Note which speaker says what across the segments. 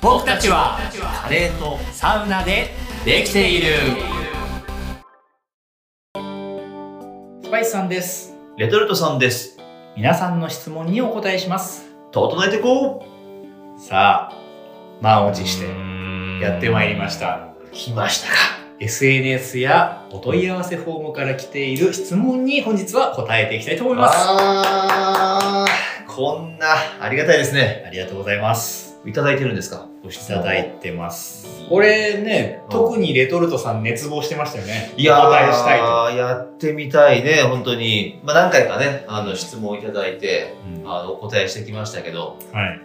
Speaker 1: 僕たちは
Speaker 2: カレーと
Speaker 1: サウナでできているスパイスさんです
Speaker 2: レトルトさんです
Speaker 1: 皆さんの質問にお答えします
Speaker 2: 整えてこ
Speaker 1: さあ満を持し
Speaker 2: う
Speaker 1: て
Speaker 2: ーん
Speaker 1: やってまいりました
Speaker 2: 来ましたか
Speaker 1: SNS やお問い合わせフォームから来ている質問に本日は答えていきたいと思います
Speaker 2: あーこんなありがたいですね
Speaker 1: ありがとうございます
Speaker 2: いただいてるんですか
Speaker 1: ご質問いただいてますこれね
Speaker 2: うん
Speaker 1: 特にレトルトさん熱望してましたよね
Speaker 2: いやー
Speaker 1: お答えしたいと、
Speaker 2: やってみたいね本当にまあ何回かねあの質問いただいて
Speaker 1: うん
Speaker 2: あのお答えしてきましたけど
Speaker 1: はい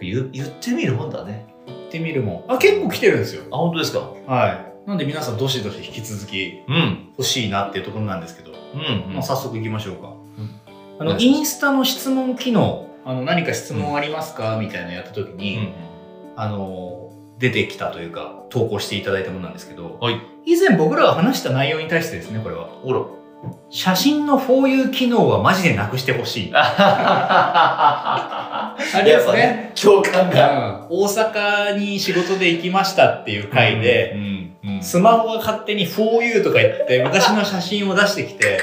Speaker 2: 言言ってみるもんだね
Speaker 1: 行ってみるもんあ結構来てるんですよ
Speaker 2: あ本当ですか
Speaker 1: はいなんで皆さんどしどし引き続き
Speaker 2: うん
Speaker 1: 欲しいなっていうところなんですけど、
Speaker 2: うん、
Speaker 1: まあ、早速いきましょうか、
Speaker 2: ん
Speaker 1: あ
Speaker 2: お願
Speaker 1: の
Speaker 2: いします
Speaker 1: インスタの質問機能あの何か質問ありますか、みたいなのやった時
Speaker 2: う
Speaker 1: に、
Speaker 2: ん
Speaker 1: あの出てきたというか投稿していただいたものなんですけど、
Speaker 2: はい
Speaker 1: 以前僕らが話した内容に対してですねこれは
Speaker 2: ほら
Speaker 1: 写真の For You 機能はマジでなくしてほ しい
Speaker 2: あ
Speaker 1: あれですね
Speaker 2: 共感が
Speaker 1: うん大阪に仕事で行きましたっていう回で、
Speaker 2: うんうん
Speaker 1: スマホが勝手に For You とか言って、昔の写真を出してきて、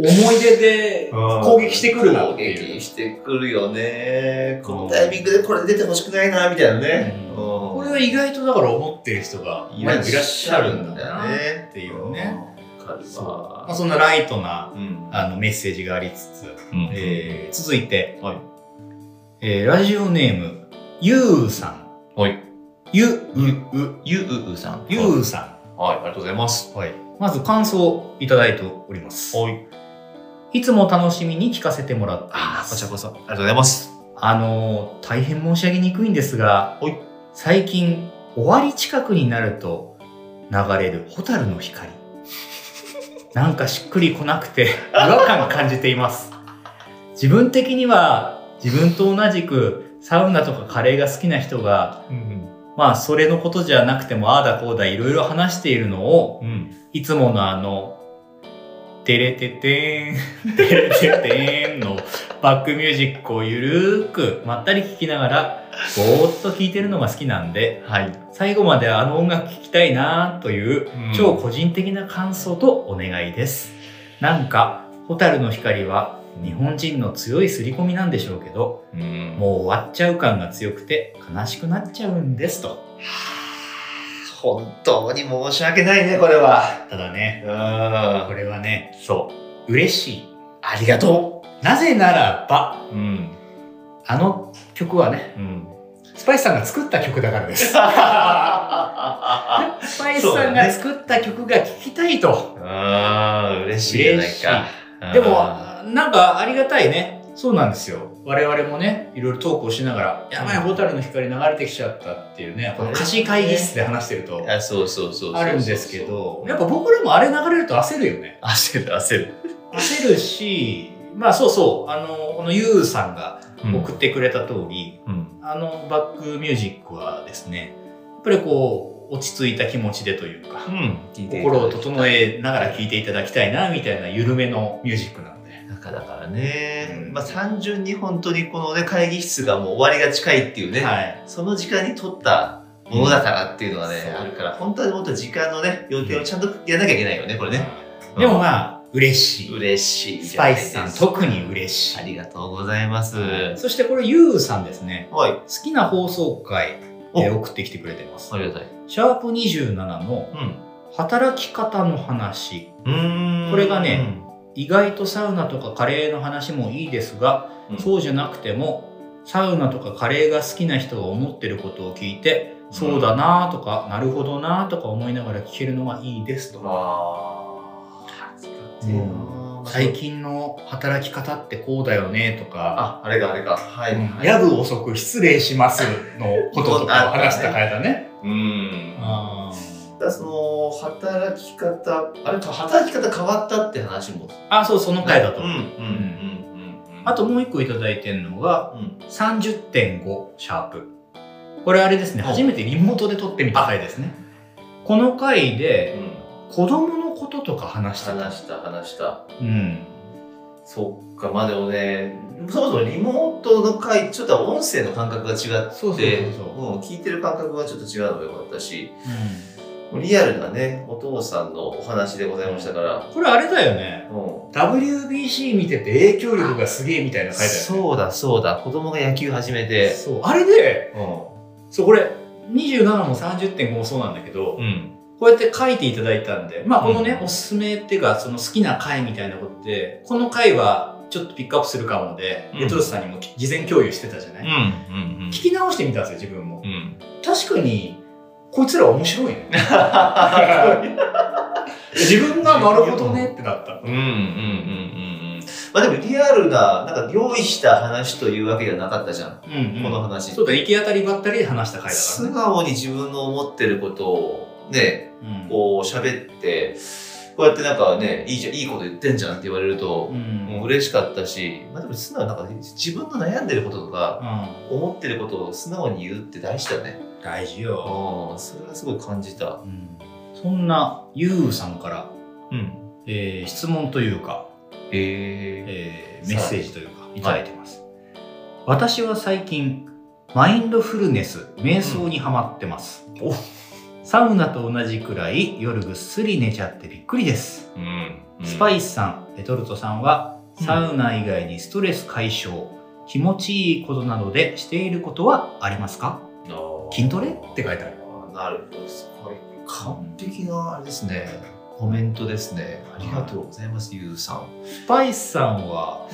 Speaker 1: 思い出で攻撃してくるなって
Speaker 2: 攻
Speaker 1: い
Speaker 2: 撃
Speaker 1: う。
Speaker 2: してくるよね
Speaker 1: ん
Speaker 2: このタイミングでこれ出てほしくないなみたいなね、
Speaker 1: うんこ
Speaker 2: こ
Speaker 1: れは意外とだから思ってる人が
Speaker 2: い
Speaker 1: まあ
Speaker 2: らっしゃるんだよ
Speaker 1: っ
Speaker 2: ね
Speaker 1: ていうね。
Speaker 2: わかる
Speaker 1: そうまあ、
Speaker 2: わ
Speaker 1: そんなライトな
Speaker 2: うん
Speaker 1: あのメッセージがありつつ、
Speaker 2: うん
Speaker 1: えー続いて、
Speaker 2: はい
Speaker 1: えーラジオネーム、ゆうさん。
Speaker 2: はい
Speaker 1: ゆ、う、う、
Speaker 2: ゆううさん
Speaker 1: ゆうさ
Speaker 2: はいありがとうございます
Speaker 1: ん。はい。まず感想をいただいております。
Speaker 2: はい
Speaker 1: いつも楽しみに聞かせてもらっていま
Speaker 2: あー
Speaker 1: す。
Speaker 2: こちらこそありがとうございます
Speaker 1: あのー大変申し上げにくいんですが、
Speaker 2: はい
Speaker 1: 最近終わり近くになると流れる蛍の 光なんかしっくりこなくて違和感感じています自分的には自分と同じくサウナとかカレーが好きな人が
Speaker 2: うん
Speaker 1: まあそれのことじゃなくてもああだこうだいろいろ話しているのを
Speaker 2: うん
Speaker 1: いつものあの、テレテテー ン、テレテテーンのバックミュージックをゆるーくまったり聴きながら、ぼーっと聴いてるのが好きなんで、
Speaker 2: はい
Speaker 1: 最後まであの音楽聴きたいなーという超個人的な感想とお願いです。なんか、ホタルの光は日本人の強い刷り込みなんでしょうけど、
Speaker 2: うん
Speaker 1: もう終わっちゃう感が強くて悲しくなっちゃうんですと。
Speaker 2: 本当に申し訳ないねこれは
Speaker 1: ただね、
Speaker 2: うん
Speaker 1: これはね、
Speaker 2: そう
Speaker 1: 嬉しい。
Speaker 2: ありがと
Speaker 1: なぜならば、
Speaker 2: ううん
Speaker 1: あの曲はね、
Speaker 2: うん
Speaker 1: スパイスさんが作った曲だからで す。
Speaker 2: あ
Speaker 1: スパイスさんが作った曲が聴きたいと。
Speaker 2: あ嬉しいじゃないか
Speaker 1: でも、なんかありがたいね。そうなんですよ。我々もね、いろいろトークをしながら、やばい、
Speaker 2: うん
Speaker 1: 蛍の光流れてきちゃったっていうね、この歌詞会議室で話してると、
Speaker 2: あそうそうそうそうそう
Speaker 1: あるんですけど、やっぱ僕らもあれ流れると焦るよね。
Speaker 2: 焦る焦る、
Speaker 1: 焦るし、まあそうそう、あの、このゆうさんが送ってくれた通り、
Speaker 2: うん
Speaker 1: あのバックミュージックはですね、やっぱりこう、落ち着いた気持ちでというか、心を整えながら聴いていただきたいな、みたいな緩めのミュージックなので。
Speaker 2: なんかだからね、
Speaker 1: うん
Speaker 2: まあ、単純に本当にこの、ね、会議室がもう終わりが近いっていうね、
Speaker 1: はい。
Speaker 2: その時間に撮ったものだからっていうのがね、
Speaker 1: うん
Speaker 2: あるから本当はもっと時間のね予定をちゃんとやらなきゃいけないよねこれね、
Speaker 1: うん。でもまあ、嬉しい。
Speaker 2: 嬉しい
Speaker 1: ス
Speaker 2: じゃな
Speaker 1: パ
Speaker 2: い
Speaker 1: イ
Speaker 2: で
Speaker 1: ス
Speaker 2: す
Speaker 1: さ
Speaker 2: か
Speaker 1: ん、特に嬉し
Speaker 2: あ
Speaker 1: い。
Speaker 2: りがとうございます、
Speaker 1: そしてこれ、ゆうさんですね。
Speaker 2: はい
Speaker 1: 好きな放送回
Speaker 2: お
Speaker 1: で送ってきてくれてます
Speaker 2: あ。りがたい
Speaker 1: シャープ27の働き方の話。
Speaker 2: うん
Speaker 1: これがね意外とサウナとかカレーの話もいいですが、
Speaker 2: うん
Speaker 1: そうじゃなくてもサウナとかカレーが好きな人が思ってることを聞いて、
Speaker 2: ん
Speaker 1: そうだなとかなるほどなとか思いながら聞けるのがいいですと、
Speaker 2: ああ、
Speaker 1: うん最近の働き方ってこうだよねとか
Speaker 2: ああれかあれかは
Speaker 1: う
Speaker 2: い、
Speaker 1: ん夜分遅く失礼しますのこととかを話した回だね。
Speaker 2: うん
Speaker 1: あ
Speaker 2: だからその働き方あれか働き方変わったって話も
Speaker 1: あ、そう、その回だと
Speaker 2: うん。うんうんうんうん
Speaker 1: あともう一個いただいてるのが
Speaker 2: うん
Speaker 1: 30.5シャープこれあれですね
Speaker 2: うん
Speaker 1: 初めてリモートで撮ってみた回ですねこの回
Speaker 2: う
Speaker 1: で
Speaker 2: ん
Speaker 1: 子供のこととか話してた
Speaker 2: 話した話した
Speaker 1: うん
Speaker 2: そっか、まあでもね、そもそもリモートの回、ちょっと音声の感覚が違って、
Speaker 1: そう
Speaker 2: うん聞いてる感覚がちょっと違うのが良かったし、リアルなね、お父さんのお話でございましたから、
Speaker 1: これあれだよね。
Speaker 2: うん。
Speaker 1: WBC 見てて影響力がすげえみたいなの書いてあるよね、
Speaker 2: そうだそうだ、子供が野球始めて、
Speaker 1: そう。あれで、
Speaker 2: う
Speaker 1: そう、これ、27も30.5もそうなんだけど、
Speaker 2: ん。うん。
Speaker 1: こうやって書いていただいたんで、まあこのね、
Speaker 2: うん
Speaker 1: おすすめっていうか、その好きな回みたいなことで、この回はちょっとピックアップするかもで、
Speaker 2: うん
Speaker 1: レトロスさんにも事前共有してたじゃない、
Speaker 2: うん。
Speaker 1: 聞き直してみたんですよ、自分も
Speaker 2: う。ん。
Speaker 1: 確かに、こいつら面白いね。
Speaker 2: う
Speaker 1: 自分がなるほどねってなった。
Speaker 2: んうんうんうんうん。まあでもリアルな、なんか用意した話というわけじゃなかったじゃん。
Speaker 1: うん、うん。
Speaker 2: この話。
Speaker 1: そうだ、行き当たりばったりで話した回だから
Speaker 2: 素
Speaker 1: ね。
Speaker 2: 顔に自分の思ってることをね、
Speaker 1: うん
Speaker 2: こう喋って、こうやってなんかね、いいじゃん、いいこと言ってんじゃんって言われると、
Speaker 1: うん
Speaker 2: もう嬉しかったし、まあでも素直になんか自分の悩んでることとか、思ってることを素直に言うって大事だね。
Speaker 1: うん大事よ、
Speaker 2: うん、それはすごい感じた。
Speaker 1: うんそんなゆうさんから、
Speaker 2: うん。
Speaker 1: えー質問というか、
Speaker 2: へえ。
Speaker 1: えーメッセージというかいただいてます、私は最近マインドフルネス瞑想にハマってます、
Speaker 2: うんお
Speaker 1: サウナと同じくらい夜ぐっすり寝ちゃってびっくりです、
Speaker 2: うん。
Speaker 1: スパ
Speaker 2: イ。
Speaker 1: イスさんレトルトさんは
Speaker 2: うん
Speaker 1: サウナ以外にストレス解消気持ちいいことなどでしていることはありますか筋トレって書いてある。
Speaker 2: なるほど。すごい。完璧な、あれですね。コメントですね。ありがとうございます、ゆうさん。う
Speaker 1: スパイスさんは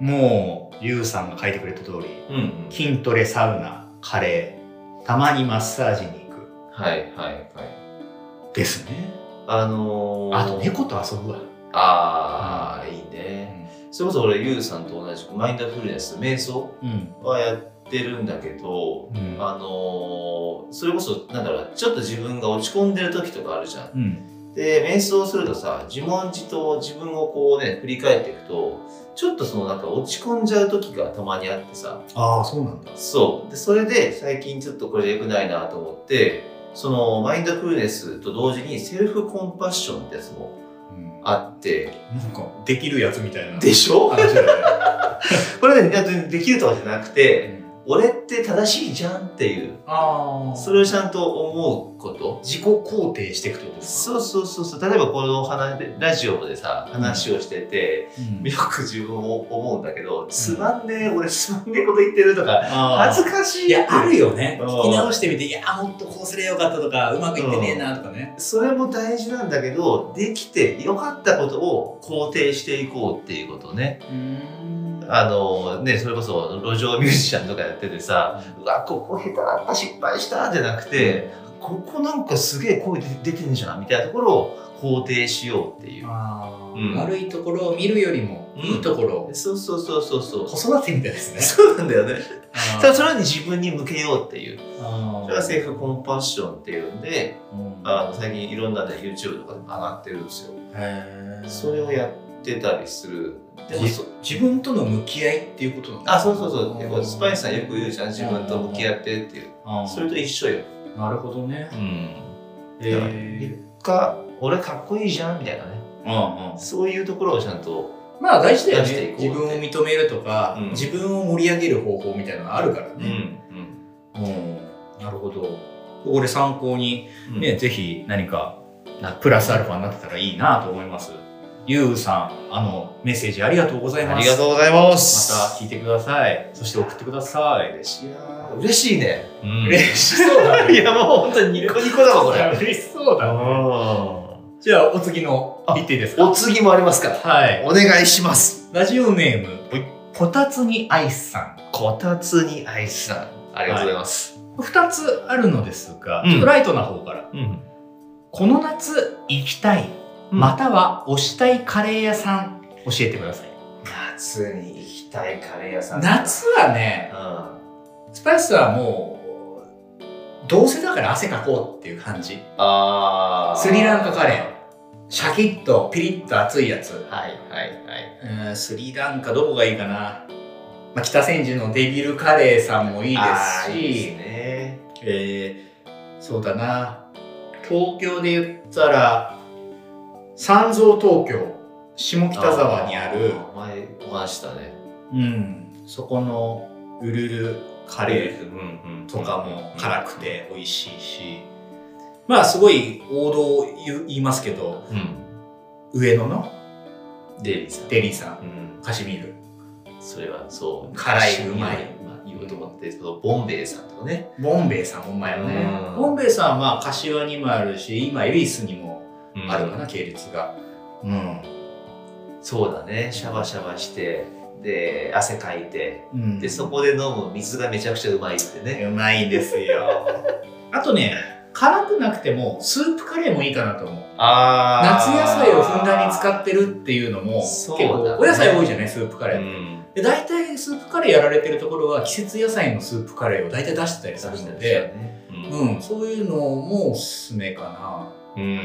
Speaker 2: ん。
Speaker 1: もう、ゆうさんが書いてくれた通り、
Speaker 2: うん、うん。
Speaker 1: 筋トレ、サウナ、カレー、たまにマッサージに行く。
Speaker 2: はいはいはい。
Speaker 1: ですね。
Speaker 2: あのー、
Speaker 1: あと、猫と遊ぶわ。
Speaker 2: ああ、いいね。それこそ俺、ゆうさんと同じくマインドフルネス、瞑想
Speaker 1: うん。
Speaker 2: はやってるんだけど、
Speaker 1: うん。
Speaker 2: あのー、それこそ、なんだろう、ちょっと自分が落ち込んでる時とかあるじゃん。
Speaker 1: うん。
Speaker 2: で、瞑想するとさ、自問自答、自分をこうね、振り返っていくと、ちょっとそのなんか落ち込んじゃう時がたまにあってさ、
Speaker 1: ああ、そうなんだ。
Speaker 2: そう。で、それで最近ちょっとこれで良くないなと思って、そのマインドフルネスと同時にセルフコンパッションってやつも
Speaker 1: うん、
Speaker 2: あって。
Speaker 1: なんか、できるやつみたいな
Speaker 2: でしょ
Speaker 1: 話だよね。
Speaker 2: これね、いやできるとかじゃなくて、俺って正しいじゃんっていう、
Speaker 1: ああ。
Speaker 2: それをちゃんと思うこと。
Speaker 1: 自己肯定していくってことですか
Speaker 2: そうそうそうそう。例えばこの話で、ラジオでさ、話をしてて、
Speaker 1: うん
Speaker 2: よく自分も思うんだけど、つまんねえ、俺つまんねえこと言ってるとか、
Speaker 1: あ
Speaker 2: 恥
Speaker 1: ー
Speaker 2: ずかしい。
Speaker 1: いや、あるよね。
Speaker 2: うん
Speaker 1: 聞き直してみて、いや、もっとこうすればよかったとか、うまくいってねえなとかね。
Speaker 2: それも大事なんだけどできて良かったことを肯定していこうっていうことね
Speaker 1: うん
Speaker 2: あのねそれこそ路上ミュージシャンとかやっててさうわここ下手だった失敗したじゃなくてここなんかすげえ声出てんじゃんみたいなところを肯定しようっていう
Speaker 1: あー
Speaker 2: うん
Speaker 1: 悪いところを見るよりも、
Speaker 2: うん
Speaker 1: いいところを
Speaker 2: そうそうそうそうそう
Speaker 1: 子育てみたい ですね。
Speaker 2: そうなんだよね
Speaker 1: あ
Speaker 2: ただそれに自分に向けようっていうそれはセ
Speaker 1: ー
Speaker 2: ルフコンパッションっていうんで
Speaker 1: うん
Speaker 2: あの最近いろんなね YouTube とかでも上がってるんですよ
Speaker 1: へー
Speaker 2: それをやってたりするでも
Speaker 1: じ
Speaker 2: そ
Speaker 1: 自分との向き合いっていうことなん
Speaker 2: あ、そうそうそう。結
Speaker 1: 結
Speaker 2: 構
Speaker 1: 構
Speaker 2: スパイスさんよく言うじゃん。自分と向き合ってっていう。それと一緒よ。
Speaker 1: なるほどね。
Speaker 2: うん。
Speaker 1: え
Speaker 2: か、俺かっこいいじゃんみたいなね。
Speaker 1: ーうんうん
Speaker 2: そういうところをちゃんと。
Speaker 1: まあ大事だよ
Speaker 2: 出し
Speaker 1: ね
Speaker 2: ていこうって
Speaker 1: 自分を認めるとか、
Speaker 2: うん
Speaker 1: 自分を盛り上げる方法みたいなのがあるから
Speaker 2: うん。う
Speaker 1: ね、
Speaker 2: ん
Speaker 1: うんなるほどこれ参考に、
Speaker 2: うん
Speaker 1: ねぜひ何かなプラスアルファになってたらいいなと思いますゆうさんあのメッセージありがとうございます
Speaker 2: ありがとうございます。
Speaker 1: また聞いてくださいそして送ってください
Speaker 2: 嬉しいなぁ嬉しいね。うん
Speaker 1: 嬉しそうだ
Speaker 2: いや、もう本当にニコニコだわ、これ。
Speaker 1: 嬉しそうだね
Speaker 2: お
Speaker 1: じゃあお次の行っていいですか
Speaker 2: 次もありますから。
Speaker 1: はい
Speaker 2: お願いします。
Speaker 1: ラジオネームこたつにアイスさん
Speaker 2: こたつにアイスさん。ありがとうございます。
Speaker 1: 2つあるのですが、
Speaker 2: うん
Speaker 1: ちょっとライトな方から
Speaker 2: うん。
Speaker 1: この夏行きたい
Speaker 2: うん
Speaker 1: または推したいカレー屋さん教えてください、
Speaker 2: 夏に行きたいカレー屋さん。
Speaker 1: 夏はね
Speaker 2: うん。
Speaker 1: スパイスはもうどうせだから汗かこうっていう感じ
Speaker 2: あー
Speaker 1: スリランカカレーシャキッとピリッと熱いやつ
Speaker 2: はいはいはい。
Speaker 1: うんスリランカどこがいいかな、まあ、北千住のデビルカレーさんもいいですし
Speaker 2: ね。
Speaker 1: えーそうだな東京で言ったら三蔵東京下北沢にある
Speaker 2: ー前お話したね
Speaker 1: うん、そこのうるるカレ
Speaker 2: ー
Speaker 1: ーとかも辛く、て美味しいし、まあすごい王道を言う言いますけど
Speaker 2: うんうんうん
Speaker 1: 上野の
Speaker 2: うん、デイリーさん
Speaker 1: デリーさん
Speaker 2: うん、
Speaker 1: カシミール
Speaker 2: それはそう
Speaker 1: 辛いうまい
Speaker 2: まあ、言おうと思ってそのボンベイさんとかね
Speaker 1: ボンベイさんほんまよね
Speaker 2: うん
Speaker 1: ボンベイさんはまあ柏にもあるし今恵比寿にもあるかな系列がうん、
Speaker 2: そうだねシャバシャバしてで汗かいて
Speaker 1: うん、
Speaker 2: でそこで飲む水がめちゃくちゃうまいってね
Speaker 1: うまいですよ あとね辛くなくてもスープカレーもいいかなと思う
Speaker 2: あ
Speaker 1: 夏野菜をふんだんに使ってるっていうのも結
Speaker 2: そう
Speaker 1: 構
Speaker 2: だね
Speaker 1: お野菜多いじゃないスープカ
Speaker 2: た
Speaker 1: レー、で大体スープカレーやられてるところは季節野菜のスープカレーを大体出してたりするので、うん、そういうのもおすすめか
Speaker 2: うん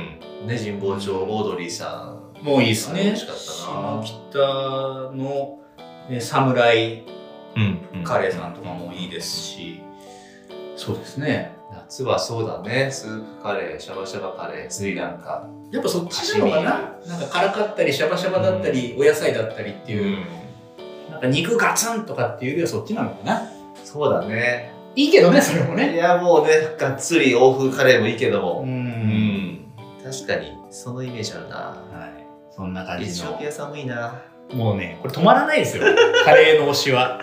Speaker 2: ね神保町オードリーさん
Speaker 1: なもういいですね
Speaker 2: 美味しかった
Speaker 1: 下
Speaker 2: な
Speaker 1: 北のね侍
Speaker 2: うん
Speaker 1: カレーさんとかもいいですし、そうですね
Speaker 2: 夏はそうだねスープカレーシャバシャバカレースリランカ
Speaker 1: やっぱそっちなのかななんか辛かったりシャバシャバだったり、お野菜だったりっていう、なんか肉ガツンとかっていうよりはそっちなのかな
Speaker 2: そうだね
Speaker 1: いいけどねそれも
Speaker 2: い
Speaker 1: ね
Speaker 2: やもうねがっつり欧風カレーもいいけど
Speaker 1: う
Speaker 2: も
Speaker 1: ん、
Speaker 2: 確かにそのイメージあるな
Speaker 1: はいそんな感
Speaker 2: エ
Speaker 1: じ
Speaker 2: チ
Speaker 1: の
Speaker 2: オピアさんもいいな
Speaker 1: もうね、これ止まらないです よ。カレーの推しは。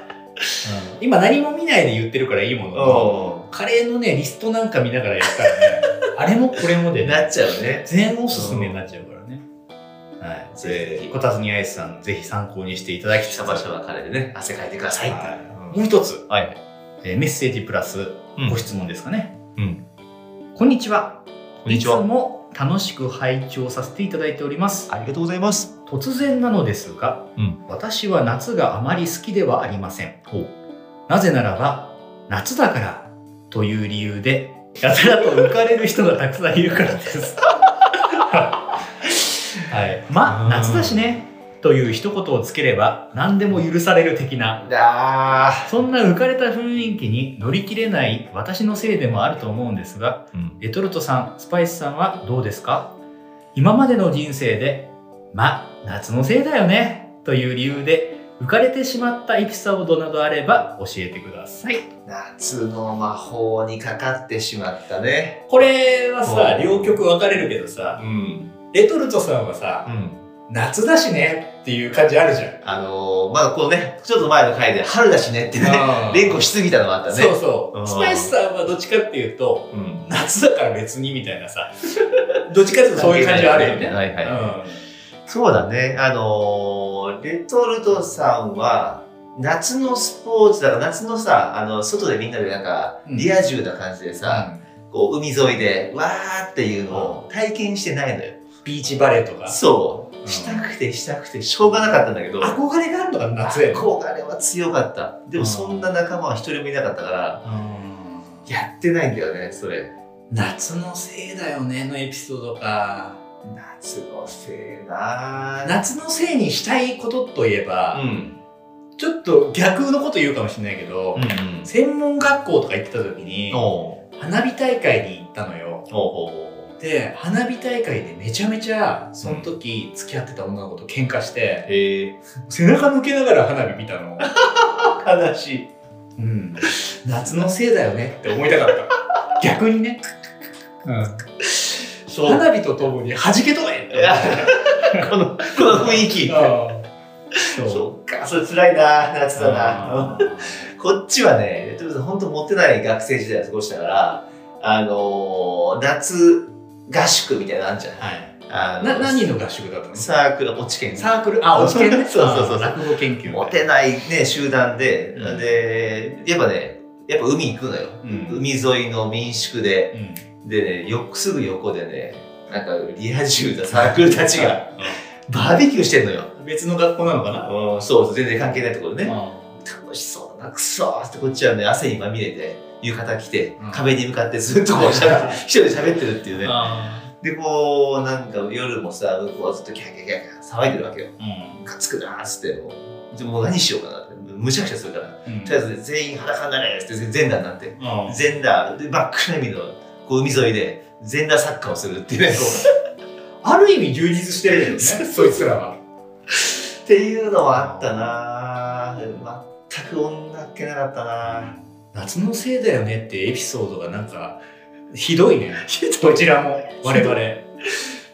Speaker 1: 今何も見ないで言ってるからいいものの。
Speaker 2: う
Speaker 1: カレーのね、リストなんか見ながらやったら ね、あれもこれもで
Speaker 2: んな
Speaker 1: ね、
Speaker 2: っちゃうね
Speaker 1: 全おすすめになっちゃうからね。はい。
Speaker 2: ぜひ
Speaker 1: こたつにアイスさん、ぜひ参考にしていただき
Speaker 2: シ
Speaker 1: た
Speaker 2: ャ
Speaker 1: い。
Speaker 2: バシャバカレーでね汗かいてくださいって
Speaker 1: もう一つ、
Speaker 2: はい
Speaker 1: えーメッセージプラス
Speaker 2: うん
Speaker 1: ご質問ですかね。
Speaker 2: うん
Speaker 1: こんにちは。
Speaker 2: こんにちはい
Speaker 1: つも楽しく拝聴させていただいております。
Speaker 2: ありがとうございます
Speaker 1: 突然なのですが、
Speaker 2: うん
Speaker 1: 私は夏があまり好きではありませんなぜならば夏だからという理由でやたらと浮かれる人がたくさんいるからです はい、ま
Speaker 2: う
Speaker 1: あ
Speaker 2: ん
Speaker 1: 夏だしねという一言をつければ何でも許される的な
Speaker 2: あ
Speaker 1: そんな浮かれた雰囲気に乗り切れない私のせいでもあると思うんですが
Speaker 2: うん
Speaker 1: レトルトさん、スパイスさんはどうですか今までの人生で、ま、夏のせいだよね、という理由で、浮かれてしまったエピソードなどあれば教えてください。
Speaker 2: 夏の魔法にかかってしまったね
Speaker 1: これはさ、
Speaker 2: うん
Speaker 1: 両極分かれるけどさ、
Speaker 2: ん
Speaker 1: レトルトさんはさ、
Speaker 2: うん
Speaker 1: 夏だしねっていう感じあるじゃん。
Speaker 2: あのー、まだこのねちょっと前の回で春だしねってね 連呼しすぎたのがあったね
Speaker 1: そうそう、
Speaker 2: うん
Speaker 1: スパイスさんはどっちかっていうと、
Speaker 2: うん
Speaker 1: 夏だから別にみたいなさ、どっちかっていうとそういう感じはあるよね。
Speaker 2: はいはい、そうだねあのー、レトルトさんは夏のスポーツだから夏のさあの外でみんなでなんか
Speaker 1: うん
Speaker 2: リア充な感じで
Speaker 1: うん
Speaker 2: さ、こう海沿いでわーっていうのを体験してないのよ、
Speaker 1: ビーチバレーとか、
Speaker 2: そううんしたくてしたくてしょうがなかったんだけど
Speaker 1: 憧れがあるのが夏やね
Speaker 2: 憧れは強かったで
Speaker 1: う
Speaker 2: も
Speaker 1: ん
Speaker 2: そんな仲間は一人もいなかったから
Speaker 1: うん
Speaker 2: やってないんだよねそれ
Speaker 1: 夏のせいだよねのエピソードか
Speaker 2: 夏のせいなぁ
Speaker 1: 夏のせいにしたいことといえば
Speaker 2: う、ん
Speaker 1: ちょっと逆のこと言うかもしれないけど
Speaker 2: う、ん
Speaker 1: 専門学校とか行ってた時に
Speaker 2: おう
Speaker 1: 花火大会に行ったのよ
Speaker 2: おうおうおう
Speaker 1: で花火大会でめちゃめちゃその時付き合ってた女の子と喧嘩して、
Speaker 2: へえ
Speaker 1: 背中向けながら花火見たの、
Speaker 2: 悲しい
Speaker 1: うん、夏のせいだよねって思いたかった逆にね、
Speaker 2: そう
Speaker 1: 花火とともに弾け飛べって思っ
Speaker 2: いやこのこの雰囲気
Speaker 1: たそう
Speaker 2: そっかそれ辛いな夏だな
Speaker 1: あ
Speaker 2: こっちはねレトルトさん本当持ってない学生時代を過ごしたからあのー、夏合宿みたいなのあんじゃん
Speaker 1: ーはい。
Speaker 2: あの
Speaker 1: な何の合宿だったの？
Speaker 2: サークル落ち券
Speaker 1: サークルあ、落ち研ね。
Speaker 2: そうそうそうそう
Speaker 1: あ落語研究会。
Speaker 2: モテないね集団で、
Speaker 1: うん
Speaker 2: でやっぱねやっぱ海行くのよ、
Speaker 1: うん
Speaker 2: 海沿いの民宿で
Speaker 1: うん。
Speaker 2: でねよすぐ横でねなんかリア充なサークルた ちがバーベキューしてんのよ、
Speaker 1: 別の学校なのかな？
Speaker 2: うん、そう全然関係ないところね、
Speaker 1: あ
Speaker 2: 楽しそうだなくそーってこっちはね汗にまみれて浴衣着て、
Speaker 1: うん
Speaker 2: 壁に向かってずっとこうしゃべって一人で喋ってるっていうね
Speaker 1: あ
Speaker 2: でこうなんか夜もさ向こうはずっとキャーキャーキャーキャー騒いでるわけよ
Speaker 1: ー。うん。
Speaker 2: かつくなーっつってもうでもう何しようかなってむちゃくちゃするからと
Speaker 1: うん
Speaker 2: りあえずね全員裸になれーっつって全裸になって
Speaker 1: あー
Speaker 2: 全裸で真っ暗闇のこう海沿いで全裸サッカーをするっていうねこう
Speaker 1: ある意味充実してるよね。
Speaker 2: そう
Speaker 1: そいつらは。
Speaker 2: っていうのはあったな全く女っ気なかったな
Speaker 1: 夏のせいだよねってエピソードがなんかひどいね
Speaker 2: ひ
Speaker 1: こちらも我々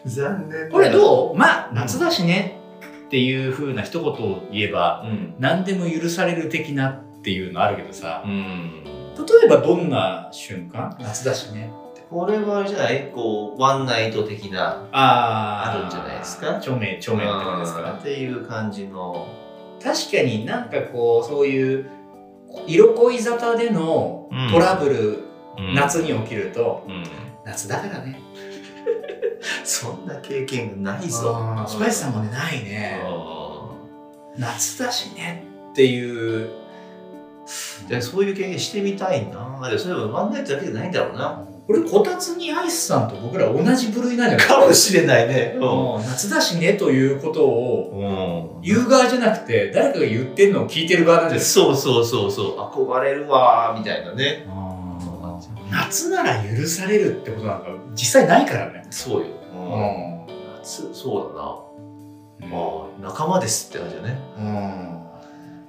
Speaker 2: 残念
Speaker 1: これどうまあ夏だしねっていうふうな一言を言えば
Speaker 2: うん
Speaker 1: 何でも許される的なっていうのあるけどさ
Speaker 2: うん
Speaker 1: 例えばどんな瞬間夏だしね
Speaker 2: これはあれじゃないこうワンナイト的な
Speaker 1: あー
Speaker 2: あるんじゃないですか
Speaker 1: 著名著名ってことです
Speaker 2: うん
Speaker 1: か
Speaker 2: っていう感じの
Speaker 1: 確かになんかこうそういう色恋沙汰でのトラブル、夏に起きると、
Speaker 2: うん
Speaker 1: 夏だからね
Speaker 2: そんな経験がない
Speaker 1: あ
Speaker 2: ぞ
Speaker 1: ースパイスさんも
Speaker 2: ね
Speaker 1: ねないね
Speaker 2: う
Speaker 1: 夏だしねっていう、
Speaker 2: んでそういう経験してみたいなでそれはワンナイトだけじゃないんだろうな
Speaker 1: これこたつにアイスさんと僕ら同じ部類なんじゃない
Speaker 2: かもしれないね
Speaker 1: もう夏だしねということを
Speaker 2: うん
Speaker 1: 言う側じゃなくて誰かが言ってるのを聞いてる側なんです
Speaker 2: そうそうそうそう憧れるわーみたいなね
Speaker 1: 夏なら許されるってことなんか実際ないからね、
Speaker 2: そうよ、
Speaker 1: うん
Speaker 2: 夏そうだな、まあ仲間ですって感じだね
Speaker 1: うん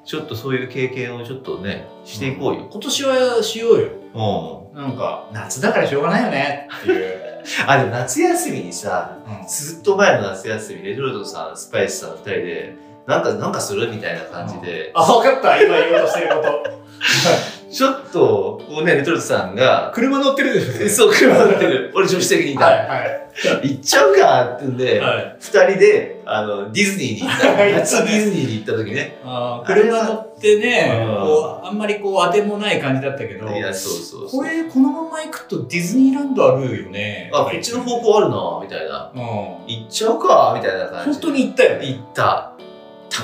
Speaker 2: ちょっとそういう経験をちょっとねしていこうよ、
Speaker 1: 今年はしようよ
Speaker 2: う
Speaker 1: なんか夏だからしょうがないよねっていう、
Speaker 2: ん、あでも夏休みにさ
Speaker 1: うん
Speaker 2: ずっと前の夏休みレジョルトさんスパイスさん2人でなんかなんかするみたいな感じで、
Speaker 1: あ分かった今言おうとしてること
Speaker 2: ちょっとこうねレジョルトさんが
Speaker 1: 車乗ってるでしょ
Speaker 2: 「そう車乗ってる俺助手席にいた、
Speaker 1: はいはい
Speaker 2: 行っちゃうか」ってんで、
Speaker 1: はい
Speaker 2: 二2人であのディズニーに行った
Speaker 1: 行ったね
Speaker 2: 夏ディズニーに行った時ね
Speaker 1: あー車乗ってね
Speaker 2: うん
Speaker 1: こうあんまりこう当てもない感じだったけど
Speaker 2: いやそうそうそう
Speaker 1: これこのまま行くとディズニーランドあるよね
Speaker 2: あこっちの方向あるなみたいな
Speaker 1: うん
Speaker 2: 行っちゃうかみたいな感じ
Speaker 1: 本当に行ったよね
Speaker 2: 行った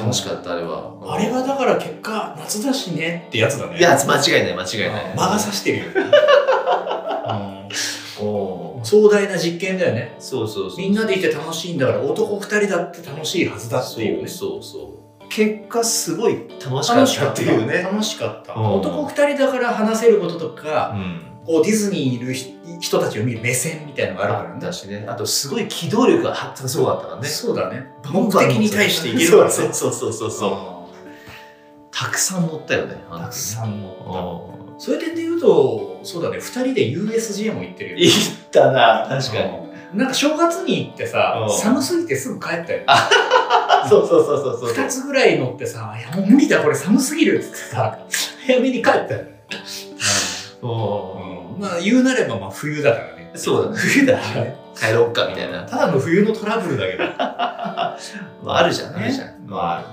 Speaker 2: 楽しかったあれは
Speaker 1: あれはだから結果夏だしねってやつだね
Speaker 2: いや間違いない間違いない
Speaker 1: 魔が差してるよ、 う
Speaker 2: お
Speaker 1: ん
Speaker 2: ー
Speaker 1: 壮大な実験だよね
Speaker 2: そうそうそう
Speaker 1: みんなでいて楽しいんだから男2人だって楽しいはずだっていうね
Speaker 2: そうそうそう結果すごい楽しか
Speaker 1: 楽
Speaker 2: っ
Speaker 1: しか
Speaker 2: た
Speaker 1: っ
Speaker 2: ったていうね
Speaker 1: 楽しかった
Speaker 2: うん
Speaker 1: 男2人だから話せることと
Speaker 2: う
Speaker 1: か、
Speaker 2: ん
Speaker 1: こうディズニーにいるひ人たちを見る目線みたいのがあるからね
Speaker 2: だしねあとすごい機動力が発達すごかったからね
Speaker 1: そうだね
Speaker 2: ボ
Speaker 1: 目
Speaker 2: ンバー
Speaker 1: 的
Speaker 2: に乗って
Speaker 1: に対していけるからね
Speaker 2: そうそうそうそうそう
Speaker 1: う
Speaker 2: たくさん乗ったよねあ
Speaker 1: ん
Speaker 2: の
Speaker 1: た
Speaker 2: 時
Speaker 1: くさん乗っ
Speaker 2: おー
Speaker 1: たそういう点で言うとそうだね2人で USJ も行ってるよね
Speaker 2: 行ったな確かに
Speaker 1: うんなんか正月に行ってさ
Speaker 2: うん
Speaker 1: 寒すぎてすぐ帰ったよ
Speaker 2: あそうそうそうそうそう
Speaker 1: 2つぐらい乗ってさ「いやもう無理だこれ寒すぎる」っつってさ 早めに帰ったよね、
Speaker 2: おー
Speaker 1: うんまあ言うなればまあ冬だからね
Speaker 2: そうだね冬だしね帰ろうかみたいな
Speaker 1: ただの冬のトラブルだけど
Speaker 2: まあ、あるじゃん、
Speaker 1: ね
Speaker 2: あるじゃん。まあ、ある。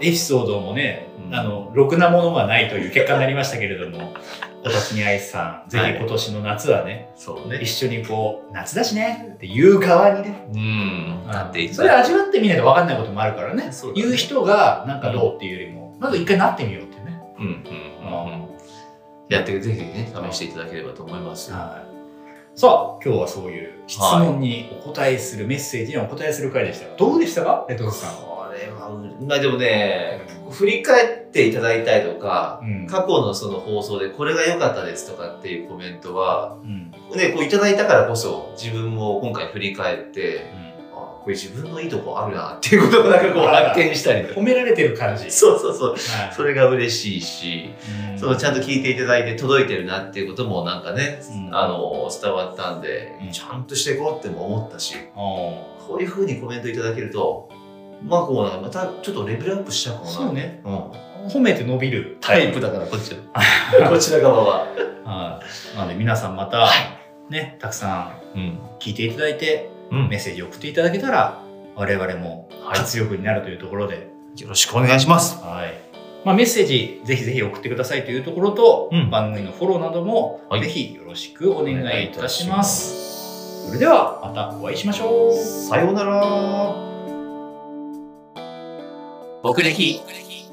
Speaker 1: エピソードもね、
Speaker 2: うん
Speaker 1: あのろくなものがないという結果になりましたけれども 私に愛さんぜひ今年の夏はね、
Speaker 2: そう
Speaker 1: 一。緒にこう夏だしねっていう側にね
Speaker 2: うん。だって、
Speaker 1: それ味わってみないと分かんないこともあるからね
Speaker 2: そうだね
Speaker 1: 言う人がなんかどうっていうよりもまず一回なってみようっていうね、
Speaker 2: うん、うん、うん。やって、ぜひね、試していただければと思います。
Speaker 1: はいさあ今日はそういう質問にお答えする、メッセージにお答えする回でしたがどうでしたかレトロさんは、
Speaker 2: これはう、まあでもね、振り返っていただいたりとか、
Speaker 1: うん
Speaker 2: 過去のその放送でこれが良かったですとかっていうコメントは、
Speaker 1: うん
Speaker 2: ね、こういただいたからこそ、自分も今回振り返って、
Speaker 1: う
Speaker 2: あこれ自分のいいとこあるなっていうことをなんかこう発見したりと
Speaker 1: ん
Speaker 2: か。
Speaker 1: 褒められてる感じ、
Speaker 2: そうそうそう。
Speaker 1: はい
Speaker 2: それが嬉しいし、
Speaker 1: うん
Speaker 2: そのちゃんと聞いていただいて届いてるなっていうこともなんかね、
Speaker 1: うん
Speaker 2: あの伝わったんで、
Speaker 1: うん
Speaker 2: ちゃんとしていこうっても思ったし
Speaker 1: うん
Speaker 2: こういうふうにコメントいただけるとまあこうなんかまたちょっとレベルアップしちゃうかもな
Speaker 1: そうね、
Speaker 2: うん、
Speaker 1: 褒めて伸びる
Speaker 2: タイプだからこっちはこちら側は、
Speaker 1: はいなので皆さんまた、ねたくさ
Speaker 2: うん
Speaker 1: ん聞いていただいて
Speaker 2: うん
Speaker 1: メッセージ送っていただけたら我々も活力になるというところで、
Speaker 2: よろしくお願いします
Speaker 1: はいまあ、メッセージぜひぜひ送ってくださいというところと、
Speaker 2: うん
Speaker 1: 番組のフォローなども、
Speaker 2: はい
Speaker 1: ぜひよろしくお願いいたします
Speaker 2: す
Speaker 1: それではまたお会いしましょう
Speaker 2: さようなら
Speaker 1: 僕歴
Speaker 3: 僕的